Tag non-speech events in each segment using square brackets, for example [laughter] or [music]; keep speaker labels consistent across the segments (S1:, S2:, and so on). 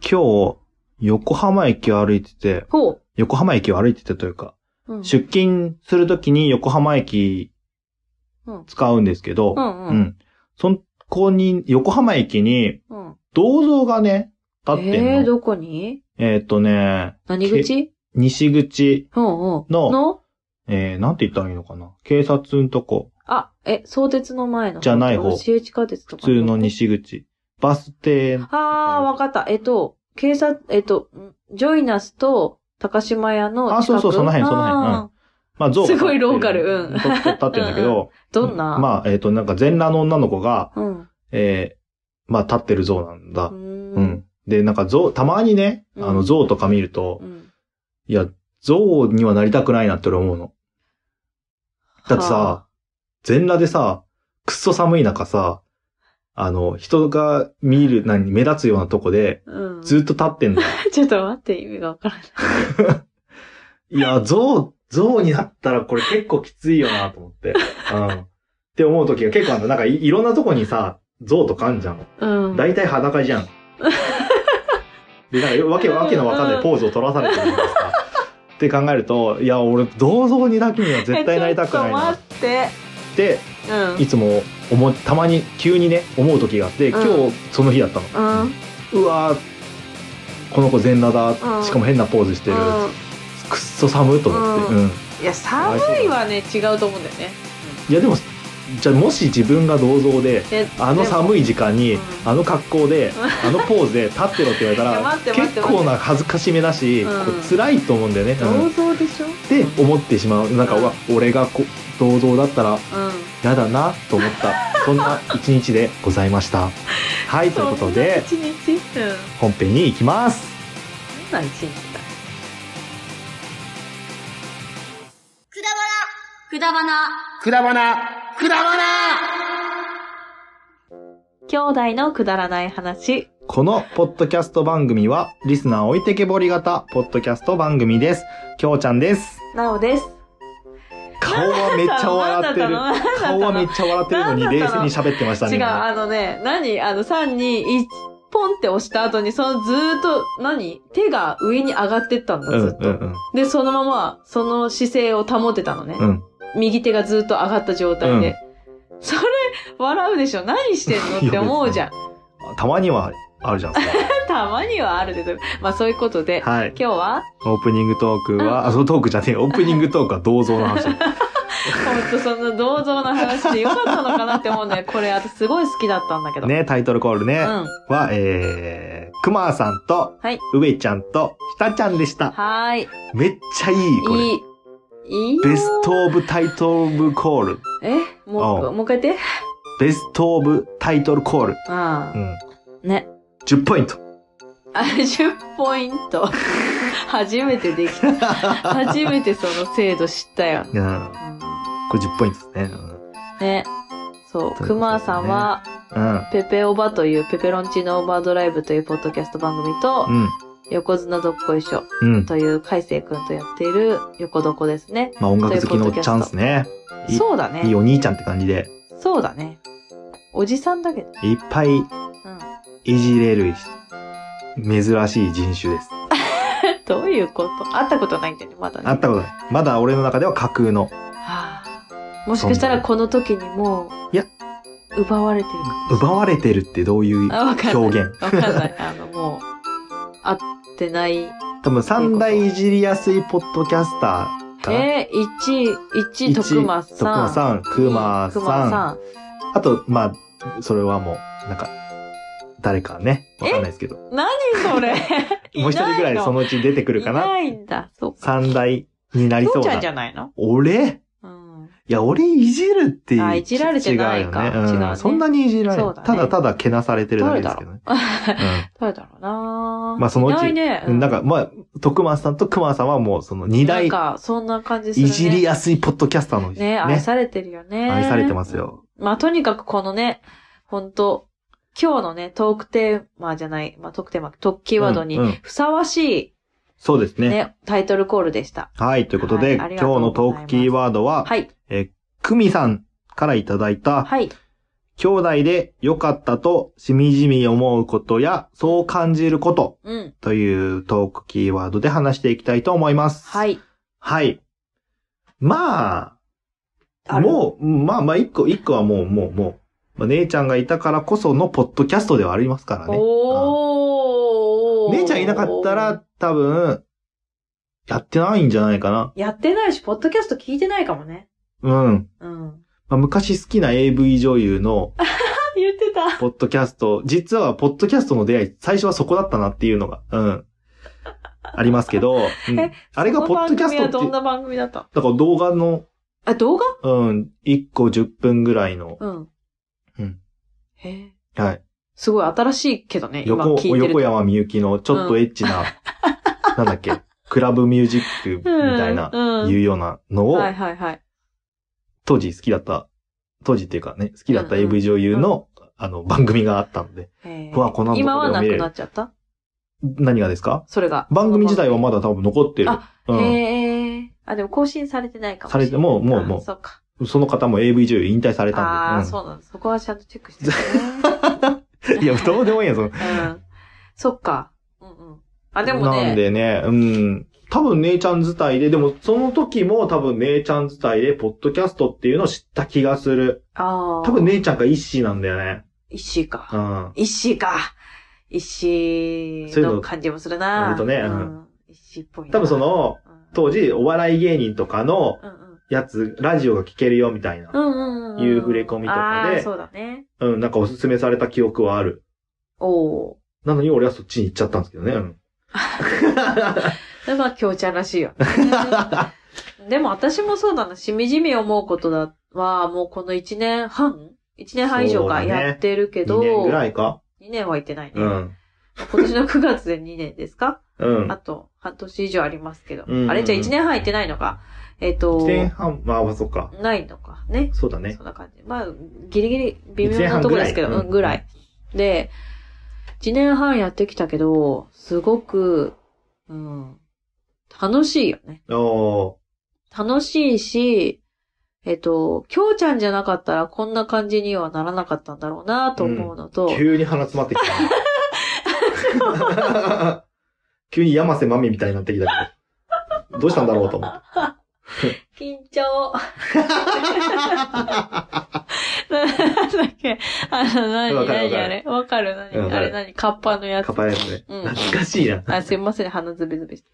S1: 今日、横浜駅を歩いてて、
S2: ほう。
S1: 横浜駅を歩いててというか、
S2: うん
S1: 出勤するときに横浜駅
S2: うん
S1: 使うんですけど、
S2: うんうん
S1: うん。そこに、横浜駅に
S2: うん。
S1: 銅像がね、立ってんの。
S2: えー、どこに
S1: えーっとね、
S2: 何口
S1: 西口
S2: うんうん。
S1: の
S2: の
S1: えー、なんて言ったらいいのかな警察のとこ、
S2: あ、え、相鉄の前の。
S1: じゃない方
S2: 市営地下鉄と
S1: 普
S2: か。
S1: 通の。西口、バス停、
S2: あー、わかった。えっと、警察、えっと、んジョイナスと高島屋の近く。
S1: あそうそうその辺その辺
S2: あー
S1: まあ、像が立ってる
S2: すごいローカルうん
S1: 立って立ってんだけど、
S2: どんな、
S1: まあ、えーっ、と、なんか全裸の女の子が、
S2: うん。
S1: えー、まあ、立ってる像なんだ。う
S2: うん
S1: ん。で、なんか像、たまにね、あ
S2: う
S1: の
S2: ん
S1: 像とか見ると、
S2: うん。
S1: いや、像にはなりたくないなって俺思うの。だって
S2: は
S1: さ、全裸でさ、くっそ寒い中さ、あの、人が見る、何、目立つようなとこで、
S2: うん。
S1: ずっと立ってんだよ。
S2: [laughs] ちょっと待って、意味がわからない。
S1: いや、像、像になったらこれ結構きついよなと思って。うん。って思う時が結構あるなんかいいろんなとこにさ、像とかあんじゃん。
S2: うん。
S1: 大体裸じゃん。
S2: [laughs]
S1: で、なんかわけわけのわかんないポーズを取らされてるんですか。って考えると、いや、俺、銅像にだけには絶対なりたくないなっ
S2: えちょっと待って。
S1: て、
S2: うん
S1: い。つも思う、たまに急にね、思う時があって、今
S2: う
S1: 日その日だったの。
S2: うん。
S1: うわーこの子全裸
S2: う
S1: だ。
S2: ん
S1: しかも変なポーズしてる。
S2: うん
S1: くっそ寒いと思って。
S2: う
S1: うん。
S2: いや、寒いはね、違うと思うんだよね。
S1: いや、でも、じゃあもし自分が銅像で、
S2: え
S1: あの寒い時間に、
S2: うん
S1: あの格好で、あのポーズで立ってろって言われ
S2: いや [laughs] 待って
S1: たら
S2: 待って
S1: 結構な恥ずかしめだし、
S2: うん
S1: こう辛いと思うんだよね、
S2: でも
S1: うん
S2: 銅
S1: っ
S2: 像でしょ
S1: て思ってしまうなんか、
S2: うん
S1: うわ俺がこ銅像だったら
S2: う
S1: 嫌だなと思
S2: [laughs]
S1: ったそんな一日でございましたはい
S2: ん。
S1: ということで
S2: そんな一日うん。
S1: 本編に行きます
S2: そんな一日だ。
S3: くだばな。
S4: くだばな、くだばな
S2: 兄弟のくだらない話。
S1: このポッドキャスト番組はリスナー置いてけぼり型ポッドキャスト番組ですきょうちゃんです
S2: なおです。
S1: 顔はめっちゃ笑ってる
S2: なんだった
S1: 顔
S2: の
S1: はめっちゃ笑ってるのに
S2: なんだ
S1: 冷
S2: った
S1: 静
S2: の
S1: に喋ってましたね
S2: 違う、
S1: 今
S2: あのね、何あの、3、2、1、ポンって押した後に、そのずーっと、何手が上に上がってったんだ、
S1: うん
S2: ずっと。
S1: うん
S2: で、そのまま、その姿勢を保てたのね。
S1: うんうん
S2: 右手がずっと上がった状態で。それ、笑うでしょ何してんのって思
S1: [laughs]
S2: うじゃん。
S1: たまに [laughs] はあるじゃん。それ
S2: たまにはあるけど。まあそういうことで、
S1: はい。
S2: 今日は、
S1: オープニングトークは、あ、そのトークじゃねえ、オープニングトークは銅像の話。
S2: ほんとその銅像の話でよかったのかなって思うん
S1: [laughs]
S2: だよ。これ、私すごい好きだったんだけど。。
S1: ね、タイトルコール
S2: う
S1: ね。
S2: ん。
S1: は、えー、くまさんと、
S2: はい。
S1: 上ちゃんと、ひたちゃんでした。
S2: はーい。
S1: めっちゃいい、これ。
S2: いい。いいよ
S1: ベストオブタイトルコール。
S2: えも
S1: う
S2: う、もう一回言って。
S1: ベストオブタイトルコール。
S2: あ
S1: うん。
S2: あ。ね。
S1: 10ポイン
S2: [laughs]
S1: ト。
S2: あ、10ポイント。 [laughs] 初めてできた。初めてその制度知ったよ。
S1: うん。
S2: うん
S1: これ10ポイントですね。
S2: ね。そ
S1: と
S2: う。
S1: いうことですね
S2: クマさんは、
S1: うん。
S2: ペペオバというペペロンチーノオーバードライブというポッドキャスト番組と、
S1: うん。
S2: 横綱どっこいしょ
S1: うん。
S2: という海星くんとやっている横どこですね。
S1: まあ音楽好きのおっちゃんですね。い
S2: そうだね
S1: いいお兄ちゃんって感じで、
S2: そうだね。おじさんだけど。
S1: いっぱい
S2: うん。 [laughs]
S1: いじれる珍しい人種です。
S2: どういうこと会ったことないんだよね、まだね。
S1: 会ったことない。まだ俺の中では架空の
S2: はあ、もしかしたらこの時にも
S1: い
S2: う、
S1: や、
S2: 奪われてるか
S1: 奪われてるってどういう
S2: も。あ、わかんない。
S1: 表現。
S2: わかんない。あの、もう、会ってない。
S1: 多分三大いじりやすいポッドキャスターかな。
S2: えー、1、1、
S1: 一
S2: 徳間さん。
S1: 徳間さん、クマさん。
S2: ん。
S1: あと、まあ、それはもう、なんか、誰かね。わかんないですけど。も
S2: 何
S1: [laughs]
S2: それ
S1: う一人ぐらいそのうち出てくるか
S2: い
S1: な。
S2: ないんだ。そうか。
S1: 三大になり
S2: そ
S1: そうう
S2: ちゃん
S1: な
S2: じ。ゃないの
S1: 俺
S2: うん。
S1: いや、俺いじるっていう。
S2: あいじられてないか
S1: 違うよね。
S2: 違う
S1: う
S2: ね
S1: ん。そんなにいじられ
S2: そ
S1: な
S2: う
S1: い。
S2: だね
S1: ただただけなされてるだけですけどね。うん
S2: 誰だろうな
S1: まあそのうち
S2: いないね。う
S1: なんか、、まあ、徳松さんと熊さんはもう、その二
S2: なん
S1: 大、
S2: か、そんな感じする、
S1: い
S2: ね。
S1: じりやすいポッドキャスターの
S2: ね、愛されてるよね。
S1: 愛されてますよ。
S2: まあ、とにかくこのね、ほんと、今日のね、トークテーマじゃない、まあ、トークテーマ、トークキーワード
S1: うんう
S2: に
S1: ん、
S2: ふさわし
S1: そうです
S2: い、
S1: ね。
S2: ね、タイトルコールでした。
S1: はい、ということで、
S2: はいあ
S1: 今
S2: り
S1: 日
S2: がとうござい
S1: の
S2: ます
S1: トークキーワードは、
S2: はい、
S1: えー、くみさんからいただいた、
S2: はい、
S1: 兄弟で良かったとしみじみ思うことや、そう感じること
S2: うん。
S1: というトークキーワードで話していきたいと思います。。
S2: はいい。
S1: はい。まあ、
S2: ある
S1: もう、まあまあ、一個、一個はもう、もう、もう、まあ姉ちゃんがいたからこそのポッドキャストではありますからね。
S2: おー。
S1: 姉ちゃんいなかったら、多分、やってないんじゃないかな。
S2: やってないし、ポッドキャスト聞いてないかもね。
S1: うん。
S2: うん。
S1: まあ、昔好きな AV 女優の、
S2: 言ってた。
S1: ポッドキャス
S2: [laughs]
S1: ト、実は、ポッドキャストの出会い、最初はそこだったなっていうのが、うん。ありますけど、うん
S2: え
S1: あれがポッドキャスト
S2: この番組は
S1: って
S2: どん、な番組だった
S1: だから動画の、
S2: あ、動画
S1: うん、1個10分ぐらいの、
S2: うん。
S1: うん。
S2: へえ。
S1: はい。
S2: すごい新しいけどね、今
S1: 横、
S2: 聞いてると。
S1: 横山みゆきのちょっとエッチな、 [laughs] なんだっけ、クラブミュージックみたいな、
S2: うんうん
S1: いうようなのを、
S2: はいはいはい。
S1: 当時好きだった、当時っていうかね、好きだった
S2: うんうん
S1: AV 女優の、あの、番組があったので、
S2: へえ
S1: うわこんなの
S2: 今は
S1: ど
S2: な
S1: こでも見れ
S2: く
S1: る
S2: なっちゃった
S1: 何がですか
S2: それが。
S1: 番組自体はまだ多分残ってる。
S2: あ
S1: う
S2: へえ。あ、でも更新されてないかもしれない。
S1: されてもうもうもう
S2: あそうか。
S1: ん。その方も AV 女優引退され
S2: ああ
S1: た
S2: ー、
S1: んで。
S2: そうなんだ。そこはちゃんとチェッ
S1: [laughs]
S2: クしてる
S1: うん、いや、どうでもいいや、その。
S2: ね。うん。そっか。うんうん。あ、でも
S1: なん
S2: ね。
S1: でね、うん。多分姉ちゃん自体で、でもその時も多分姉ちゃん自体で、ポッドキャストっていうのを知った気がする。
S2: ああ。
S1: 多分。姉ちゃんが一子なんだよね。
S2: 石井
S1: う
S2: か。
S1: ん。
S2: 石井か。石井
S1: そういうの
S2: の感じもするな。
S1: 割とねうん
S2: うん。石井っぽいな。
S1: 多分その、
S2: うん、
S1: 当時、お笑い芸人とかの
S2: うんうん。
S1: やつ、ラジオが聞けるよみたいな
S2: う。んうんうん。
S1: いう触れ込みとかで
S2: ああ、そうだね。
S1: うん、なんかおすすめされた記憶はある。
S2: おー。
S1: なのに俺はそっちに行っちゃったんですけどね。
S2: [laughs]
S1: うん。
S2: でまあ、京ちゃんらしいよ [laughs] ね。でも私もそうだな、しみじみ思うことだは、もうこの1年半 ?1 年半以上か
S1: そうだね
S2: やってるけど、
S1: 2年ぐらいか
S2: 2年は行ってないね。
S1: うん。
S2: 今年の9月で2年ですか、
S1: うん
S2: あ。と、半年以上ありますけど。
S1: うんうんうん
S2: あれじゃあ1年半行ってないのか。えっ、と
S1: 1、年半、まあ、そっか。
S2: ないのかね。
S1: そうだね。
S2: そんな感じ。まあ、ギリギリ微妙
S1: 一年
S2: な
S1: 半
S2: ところですけど、
S1: ぐらい
S2: うんぐらい。で、1年半やってきたけど、すごく、うん、楽しいよね。
S1: おー。
S2: 楽しいし、えっと、きょうちゃんじゃなかったらこんな感じにはならなかったんだろうなと思うのと、
S1: 急に鼻詰まってきた
S2: [laughs]
S1: ね。急に山瀬まみみたいになってきたけど。どうしたんだろうと思って。
S2: 緊
S1: [laughs]
S2: 張。なんだっけあの、何
S1: わかる
S2: 何あれわかる何
S1: うんわか
S2: あ
S1: る
S2: れ何カッパの [laughs] やつ
S1: カ。パヤスね。
S2: うん
S1: 懐かしい [laughs] な。
S2: あ、すいません、鼻ズビズビして。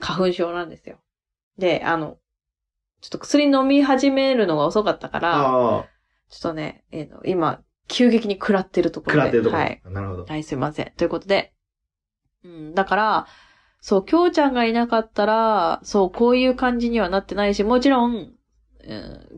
S2: 花粉症なんですよ。で、あの、ちょっと薬飲み始めるのが遅かったから、
S1: ああ、
S2: ちょっとね、えーの今、急激に食らってるとこ
S1: 食
S2: ろで。
S1: らってるとこ。
S2: はい。
S1: なるほど。
S2: はい、すいません。ということで。うん、だから、そう、きょうちゃんがいなかったら、そう、こういう感じにはなってないし、もちろん、うん、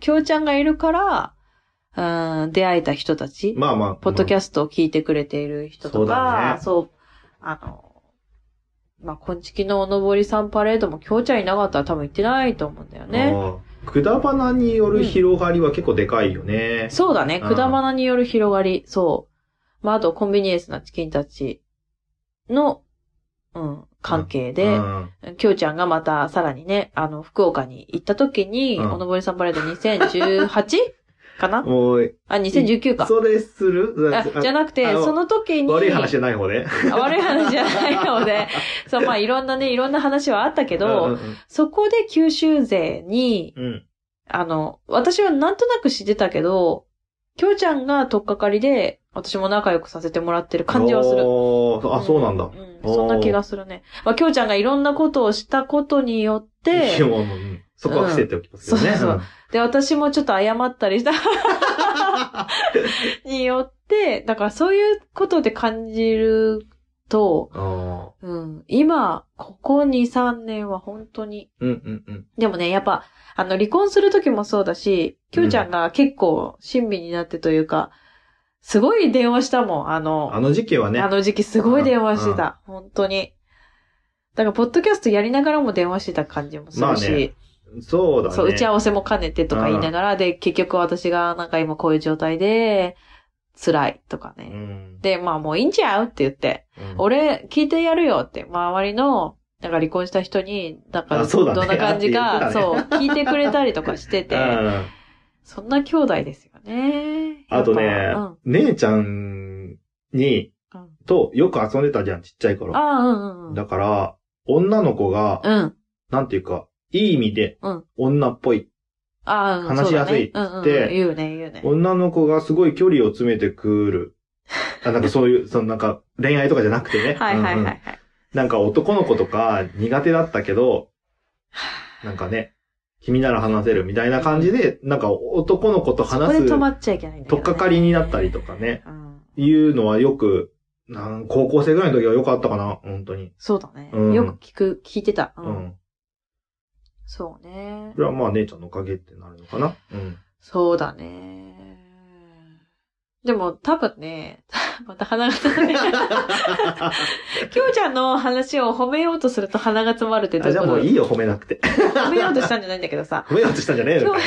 S2: きょうちゃんがいるから、うん、出会えた人たち、
S1: まあまあ。
S2: ポッドキ
S1: ャ
S2: ャストを聞いてくれている人とか、そう,、あの、まあ、こんちきのおのぼりさんパレードもきょうちゃんいなかったら多分行ってないと思うんだよね。
S1: ね。くだばなによる広がりは結構でかいよね。
S2: そうだね、
S1: うん
S2: くだばなによる広がり、そう。まあ、あとコンビニエンスなチキンたちの、うん、関係で、
S1: うん
S2: きょうちゃんがまたさらにね、あの、福岡に行った時に、
S1: うん
S2: おのぼりさんパレード 2018?
S1: [laughs]
S2: かな
S1: もう、
S2: あ、2019か。
S1: それする
S2: あじゃなくて、
S1: あの
S2: その時に、
S1: 悪い話じゃない方ね。
S2: あ [laughs] 悪い話じゃないの
S1: [laughs]
S2: で、そう、まあいろんなね、いろんな話はあったけど、
S1: うんうん
S2: そこで九州勢に、
S1: うんうん。
S2: あの、私はなんとなく知ってたけど、きょうちゃんがとっかかりで、私も仲良くさせてもらってる感じはする。
S1: おーあ、そうなんだ。
S2: うん、そんな気がするね。まあ、きょうちゃんがいろんなことをしたことによって、
S1: いやもううんそこは伏せておきますけどね。
S2: うんそうそうんで、私もちょっと謝ったりした [laughs] によって、だからそういうことで感じると、
S1: あ
S2: うん、今、ここ2、3年は本当に、
S1: ーうんうんうん。
S2: でもね、やっぱ、あの、離婚する時もそうだし、きゅうちゃんが結構、親身になってというか、すごい電話したもん、あの、
S1: あの時期はね
S2: あ、の時期すごい電話してた、本当に。だから、ポッドキャストやりながらも電話してた感じもするし、
S1: まあねそうだね。
S2: そう、打ち合わせも兼ねてとか言いながら、で、結局私がなんか今こういう状態で、辛いとか
S1: う
S2: ね。
S1: ん。
S2: で、まあもういいんちゃうって言って、
S1: うん、
S2: 俺聞いてやるよって、周りの、なんか離婚した人に、なんか
S1: あそう
S2: ど
S1: だ
S2: ん
S1: ね
S2: な感じ
S1: [laughs] あ
S2: か、
S1: って
S2: そ
S1: 言
S2: う、聞いてくれたりとかして
S1: [laughs] う
S2: て、
S1: ん
S2: そんな兄弟ですよね。
S1: あとね
S2: やっぱうん
S1: 姉ちゃんに
S2: うん、
S1: とよく遊んでたじゃん、ちっちゃい頃。
S2: ああ、うんうんうん。
S1: だから、女の子が、
S2: うん。
S1: なんていうか、いい意味で
S2: うん、
S1: 女っぽい。
S2: ああ、うん
S1: 話しやすいって
S2: そうだねうんうんうん言うね、言うね。
S1: 女の子がすごい距離を詰めてくる。あなんかそういう、 [laughs] そのなんか恋愛とかじゃなくてね。
S2: はいはいはい
S1: うん
S2: は
S1: うん
S2: い。
S1: なんか男の子とか苦手だったけど、なんかね、君なら話せるみたいな感じで、なんか男の子と
S2: そこ
S1: 話、
S2: です止ま
S1: と
S2: っちゃいけないんだ
S1: っかかりになったりと
S2: か。
S1: かね、
S2: うん
S1: いうのはよく、なん高校生ぐらいの時は良かったかな、本当に。
S2: そうだね
S1: うん。
S2: よく聞く、聞いてた。う。
S1: うんん。
S2: そうね
S1: そ。れはまあ姉ちゃんのおかげってなるのかな。うん。
S2: そうだね。でも多分ね、 [laughs] また鼻が詰まる。 [laughs] きょうちゃんの話を褒めようとすると鼻が詰まるってど
S1: あ
S2: うい
S1: じ
S2: う
S1: ゃあ
S2: こ
S1: も
S2: と
S1: ういいよ、褒めなくて。 [laughs]
S2: 褒めようとしたんじゃないんだけどさ。
S1: 褒めようとしたんじゃねえ
S2: きょ
S1: よ
S2: [laughs] う、。きょ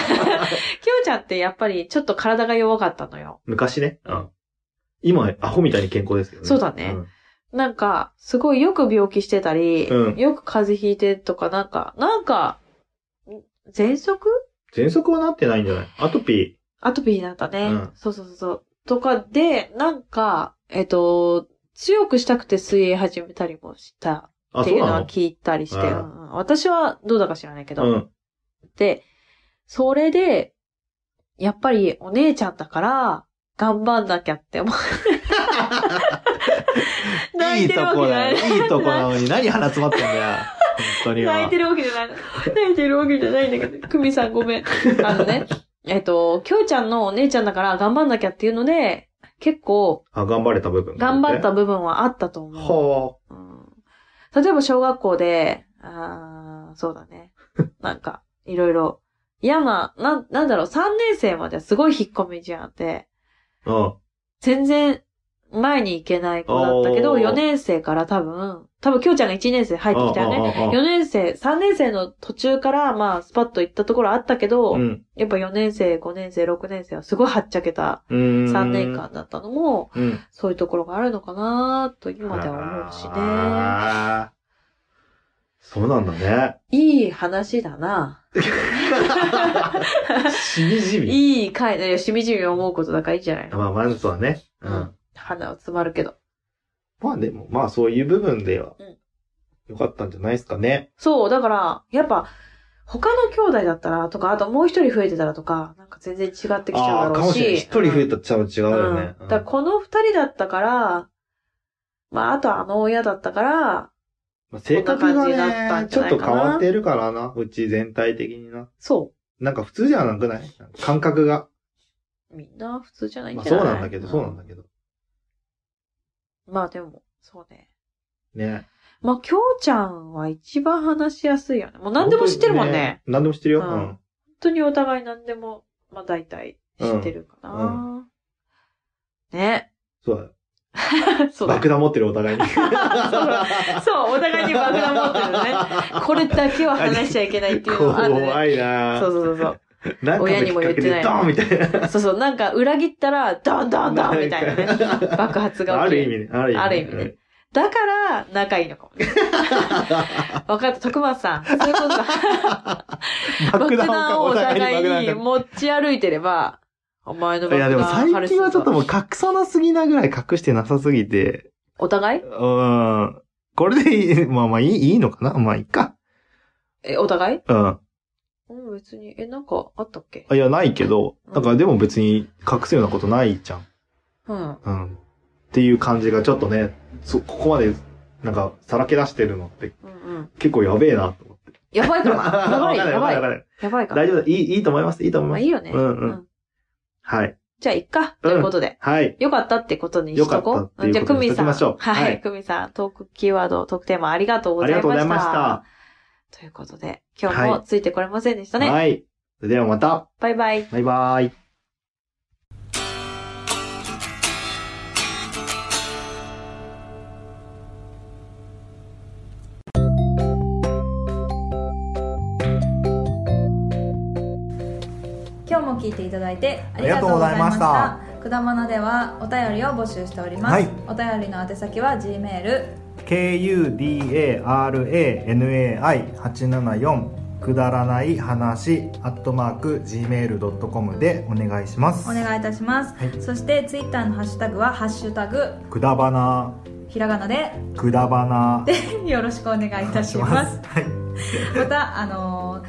S2: うちゃんってやっぱりちょっと体が弱かったのよ。
S1: 昔ね。うん。今、アホみたいに健康ですけどね。
S2: そうだね
S1: ん
S2: なんか、すごいよく病気してたり、
S1: うん
S2: よく風邪ひいてとか、なんか、なんか、ん喘息
S1: 喘息はなってないんじゃないアトピ
S2: アトピーになったね。
S1: うん
S2: そうそうそうそう。とかで、なんか、えっと、強くしたくて水泳始めたりもした
S1: ー。あ、
S2: って
S1: そ
S2: いううの
S1: な
S2: は
S1: の
S2: 聞いたりして、
S1: うん
S2: うんうん私はどうだか知らないけど、
S1: うん。
S2: で、それで、やっぱりお姉ちゃんだから、頑張んなきゃっ
S1: [laughs]
S2: て思う。泣いてるわけじゃない。
S1: いいとこなのに何鼻詰まってんだ
S2: [laughs]
S1: よ。本当には。
S2: 泣いてるわけじゃない。泣いてるわけじゃないんだけど、久美さんごめん。あの
S1: [laughs]
S2: ね、えっと、きょうちゃんのお姉ちゃんだから頑張んなきゃっていうので、結構
S1: あ、頑張れた部分。
S2: 頑張った。部分はあったと思う。
S1: は
S2: うん、例えば小学校で、あーそうだね。 [laughs] なんか、いろいろ、嫌な、なん、なんだろう、3年生まではすごい引っ込みじゃんって、
S1: あ。うん。
S2: 全然前に行けない子だったけど、
S1: おー
S2: 4年生から多分、多分きょうちゃんが1年生入ってきたよね。
S1: ね
S2: 4年生、3年生の途中から、まあ、スパッと行ったところあったけど、
S1: うん。
S2: やっぱ4年生、5年生、6年生はすごいはっちゃけた
S1: うん。
S2: 3年間だったのも、
S1: うん。
S2: そういうところがあるのかなと今では思うしね。
S1: あーそうなんだね。
S2: いい話だな。
S1: しみじみ。
S2: いい回だよ。しみじみ思うことだからいいんじゃないの
S1: まあ、まずはね。うん。
S2: 鼻は詰まるけど。
S1: まあでも、まあそういう部分では
S2: うん、
S1: よかったんじゃないですかね。
S2: そう、だから、やっぱ、他の兄弟だったらとか、あともう一人増えてたらとか、なんか全然違ってきちゃ
S1: ああー、
S2: うだ
S1: か
S2: ろう
S1: もしれない。
S2: し。
S1: 一人増えたらちゃう違うよね。
S2: うんだからこの二人だったから、まあ、あとはあの親だったから、
S1: まあ性格
S2: こんな感じだった
S1: がね、
S2: ん
S1: ち
S2: じゃ
S1: ょっ
S2: ない
S1: と
S2: かな
S1: 変わってるからな、うち全体的にな。
S2: そ
S1: なんか普通じゃなくない感覚が。
S2: う。みんな普通じゃないん
S1: まあ
S2: じゃ
S1: そう
S2: ない、
S1: なんだけど、そうなんだけど。
S2: ど。まあでも、そうね。
S1: ね。
S2: まあ、きょうちゃんは一番話しやすいよね。もう何でも知ってるもんね。
S1: 本当に。
S2: 本
S1: 何でも知ってるよ。
S2: う
S1: うんん。
S2: 当にお互い何でも、まあ大体知ってるかな。
S1: うん
S2: ね。 [laughs]
S1: そうだよ。
S2: そうだ。
S1: 爆弾持ってるお互いに。
S2: そう、お互いに爆弾持ってる
S1: [laughs]
S2: のね。これだけは話しちゃいけないっていうのはあるね。
S1: 怖いな
S2: そうそうそうそう。
S1: なんかの
S2: 親にも言ってない
S1: きっかけでドーンみたいな。
S2: そうそう、なんか裏切ったら、ドンドンドンみたいなね。
S1: なんか
S2: 爆発が
S1: あ
S2: 起き
S1: る
S2: る。
S1: 意味ね。ある意味ね。
S2: ある意味ねだから、仲いいのかも
S1: [laughs]
S2: ね。分かった、徳松さん。そういうことだ。
S1: うん。爆
S2: 爆
S1: 弾を
S2: 弾をお
S1: お互
S2: 互
S1: い
S2: い
S1: に
S2: に
S1: 爆弾
S2: 持ち歩いてれば、お前の
S1: い
S2: 爆
S1: や
S2: 弾
S1: でも最近はちょっともう
S2: う。
S1: 隠さなすぎなぐらい隠してなさすぎて、
S2: お互いう
S1: ーん。これでいい、まあまあいい、いいのかなまあいいか。
S2: え、お互い
S1: うん。
S2: うん、別に。え、なんかあったっけ
S1: いや、ないけど、
S2: うん
S1: だからでも別に隠すようなことないじゃん。
S2: うん。
S1: うん。っていう感じがちょっとね、そ、ここまで、なんか、さらけ出してるのって
S2: うんうん。
S1: 結構やべえなと思って。
S2: やばいかな。やば
S1: [laughs] わ
S2: い、
S1: かんなわ
S2: やば
S1: かん
S2: い。
S1: ない
S2: やばいか。
S1: 大丈夫だ。いい、いいと思います。いいと思い
S2: ま
S1: ま
S2: あ
S1: す。
S2: いいよね。
S1: うんうんはい。
S2: じゃあ、いっか。ということで。
S1: はい。
S2: よかったってことにしとこ
S1: よか
S2: う
S1: った。って
S2: じ
S1: い
S2: ゃあ、
S1: うこと
S2: 久
S1: にしと
S2: 美さ
S1: き
S2: ん。
S1: ましょう
S2: は。
S1: はいい
S2: 久美さん、トークキーワード、特典もありがとうご
S1: あ
S2: ざ
S1: り
S2: いま
S1: が
S2: した。
S1: とうございました。
S2: ということで、今日もついてこれませんでしたね。
S1: はい。それではまた。
S2: バイバイ。
S1: バイバーイ。
S3: 今日も聞いていただいてあ
S5: あ
S3: り
S5: り
S3: が
S5: が
S3: と
S5: と
S3: う
S5: う
S3: ご
S5: ご
S3: ざ
S5: ざ
S3: い
S5: い
S3: ま
S5: ま
S3: し
S5: した
S3: たくだまなではお便りを募集しております、
S5: はい
S3: お便りの宛先は G メール
S5: kudaranai874
S1: くだらない話、アットマーク、gmail.com でお願いします。
S2: お願いいたします、
S1: はい
S2: そしてツイッターのハッシュタグは「ハッシュタグ
S1: くだばな、
S2: ひらがなで
S1: くだばな、」
S2: よろしくお願いいたします
S1: お願いします。はい。
S2: またあのー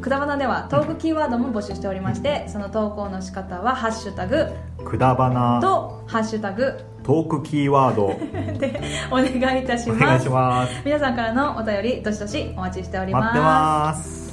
S2: くだばなではトークキーワードも募集しておりましてその投稿の仕方は「ハッシュタグ
S1: くだば」な、
S2: と「ハッシュタグ
S1: トークキーワード、」
S2: でお願いいたし
S1: お願
S2: ま
S1: い
S2: す [laughs]
S1: します。
S2: 皆さんからのお便りどしどしお待ちしており
S1: 待ってます。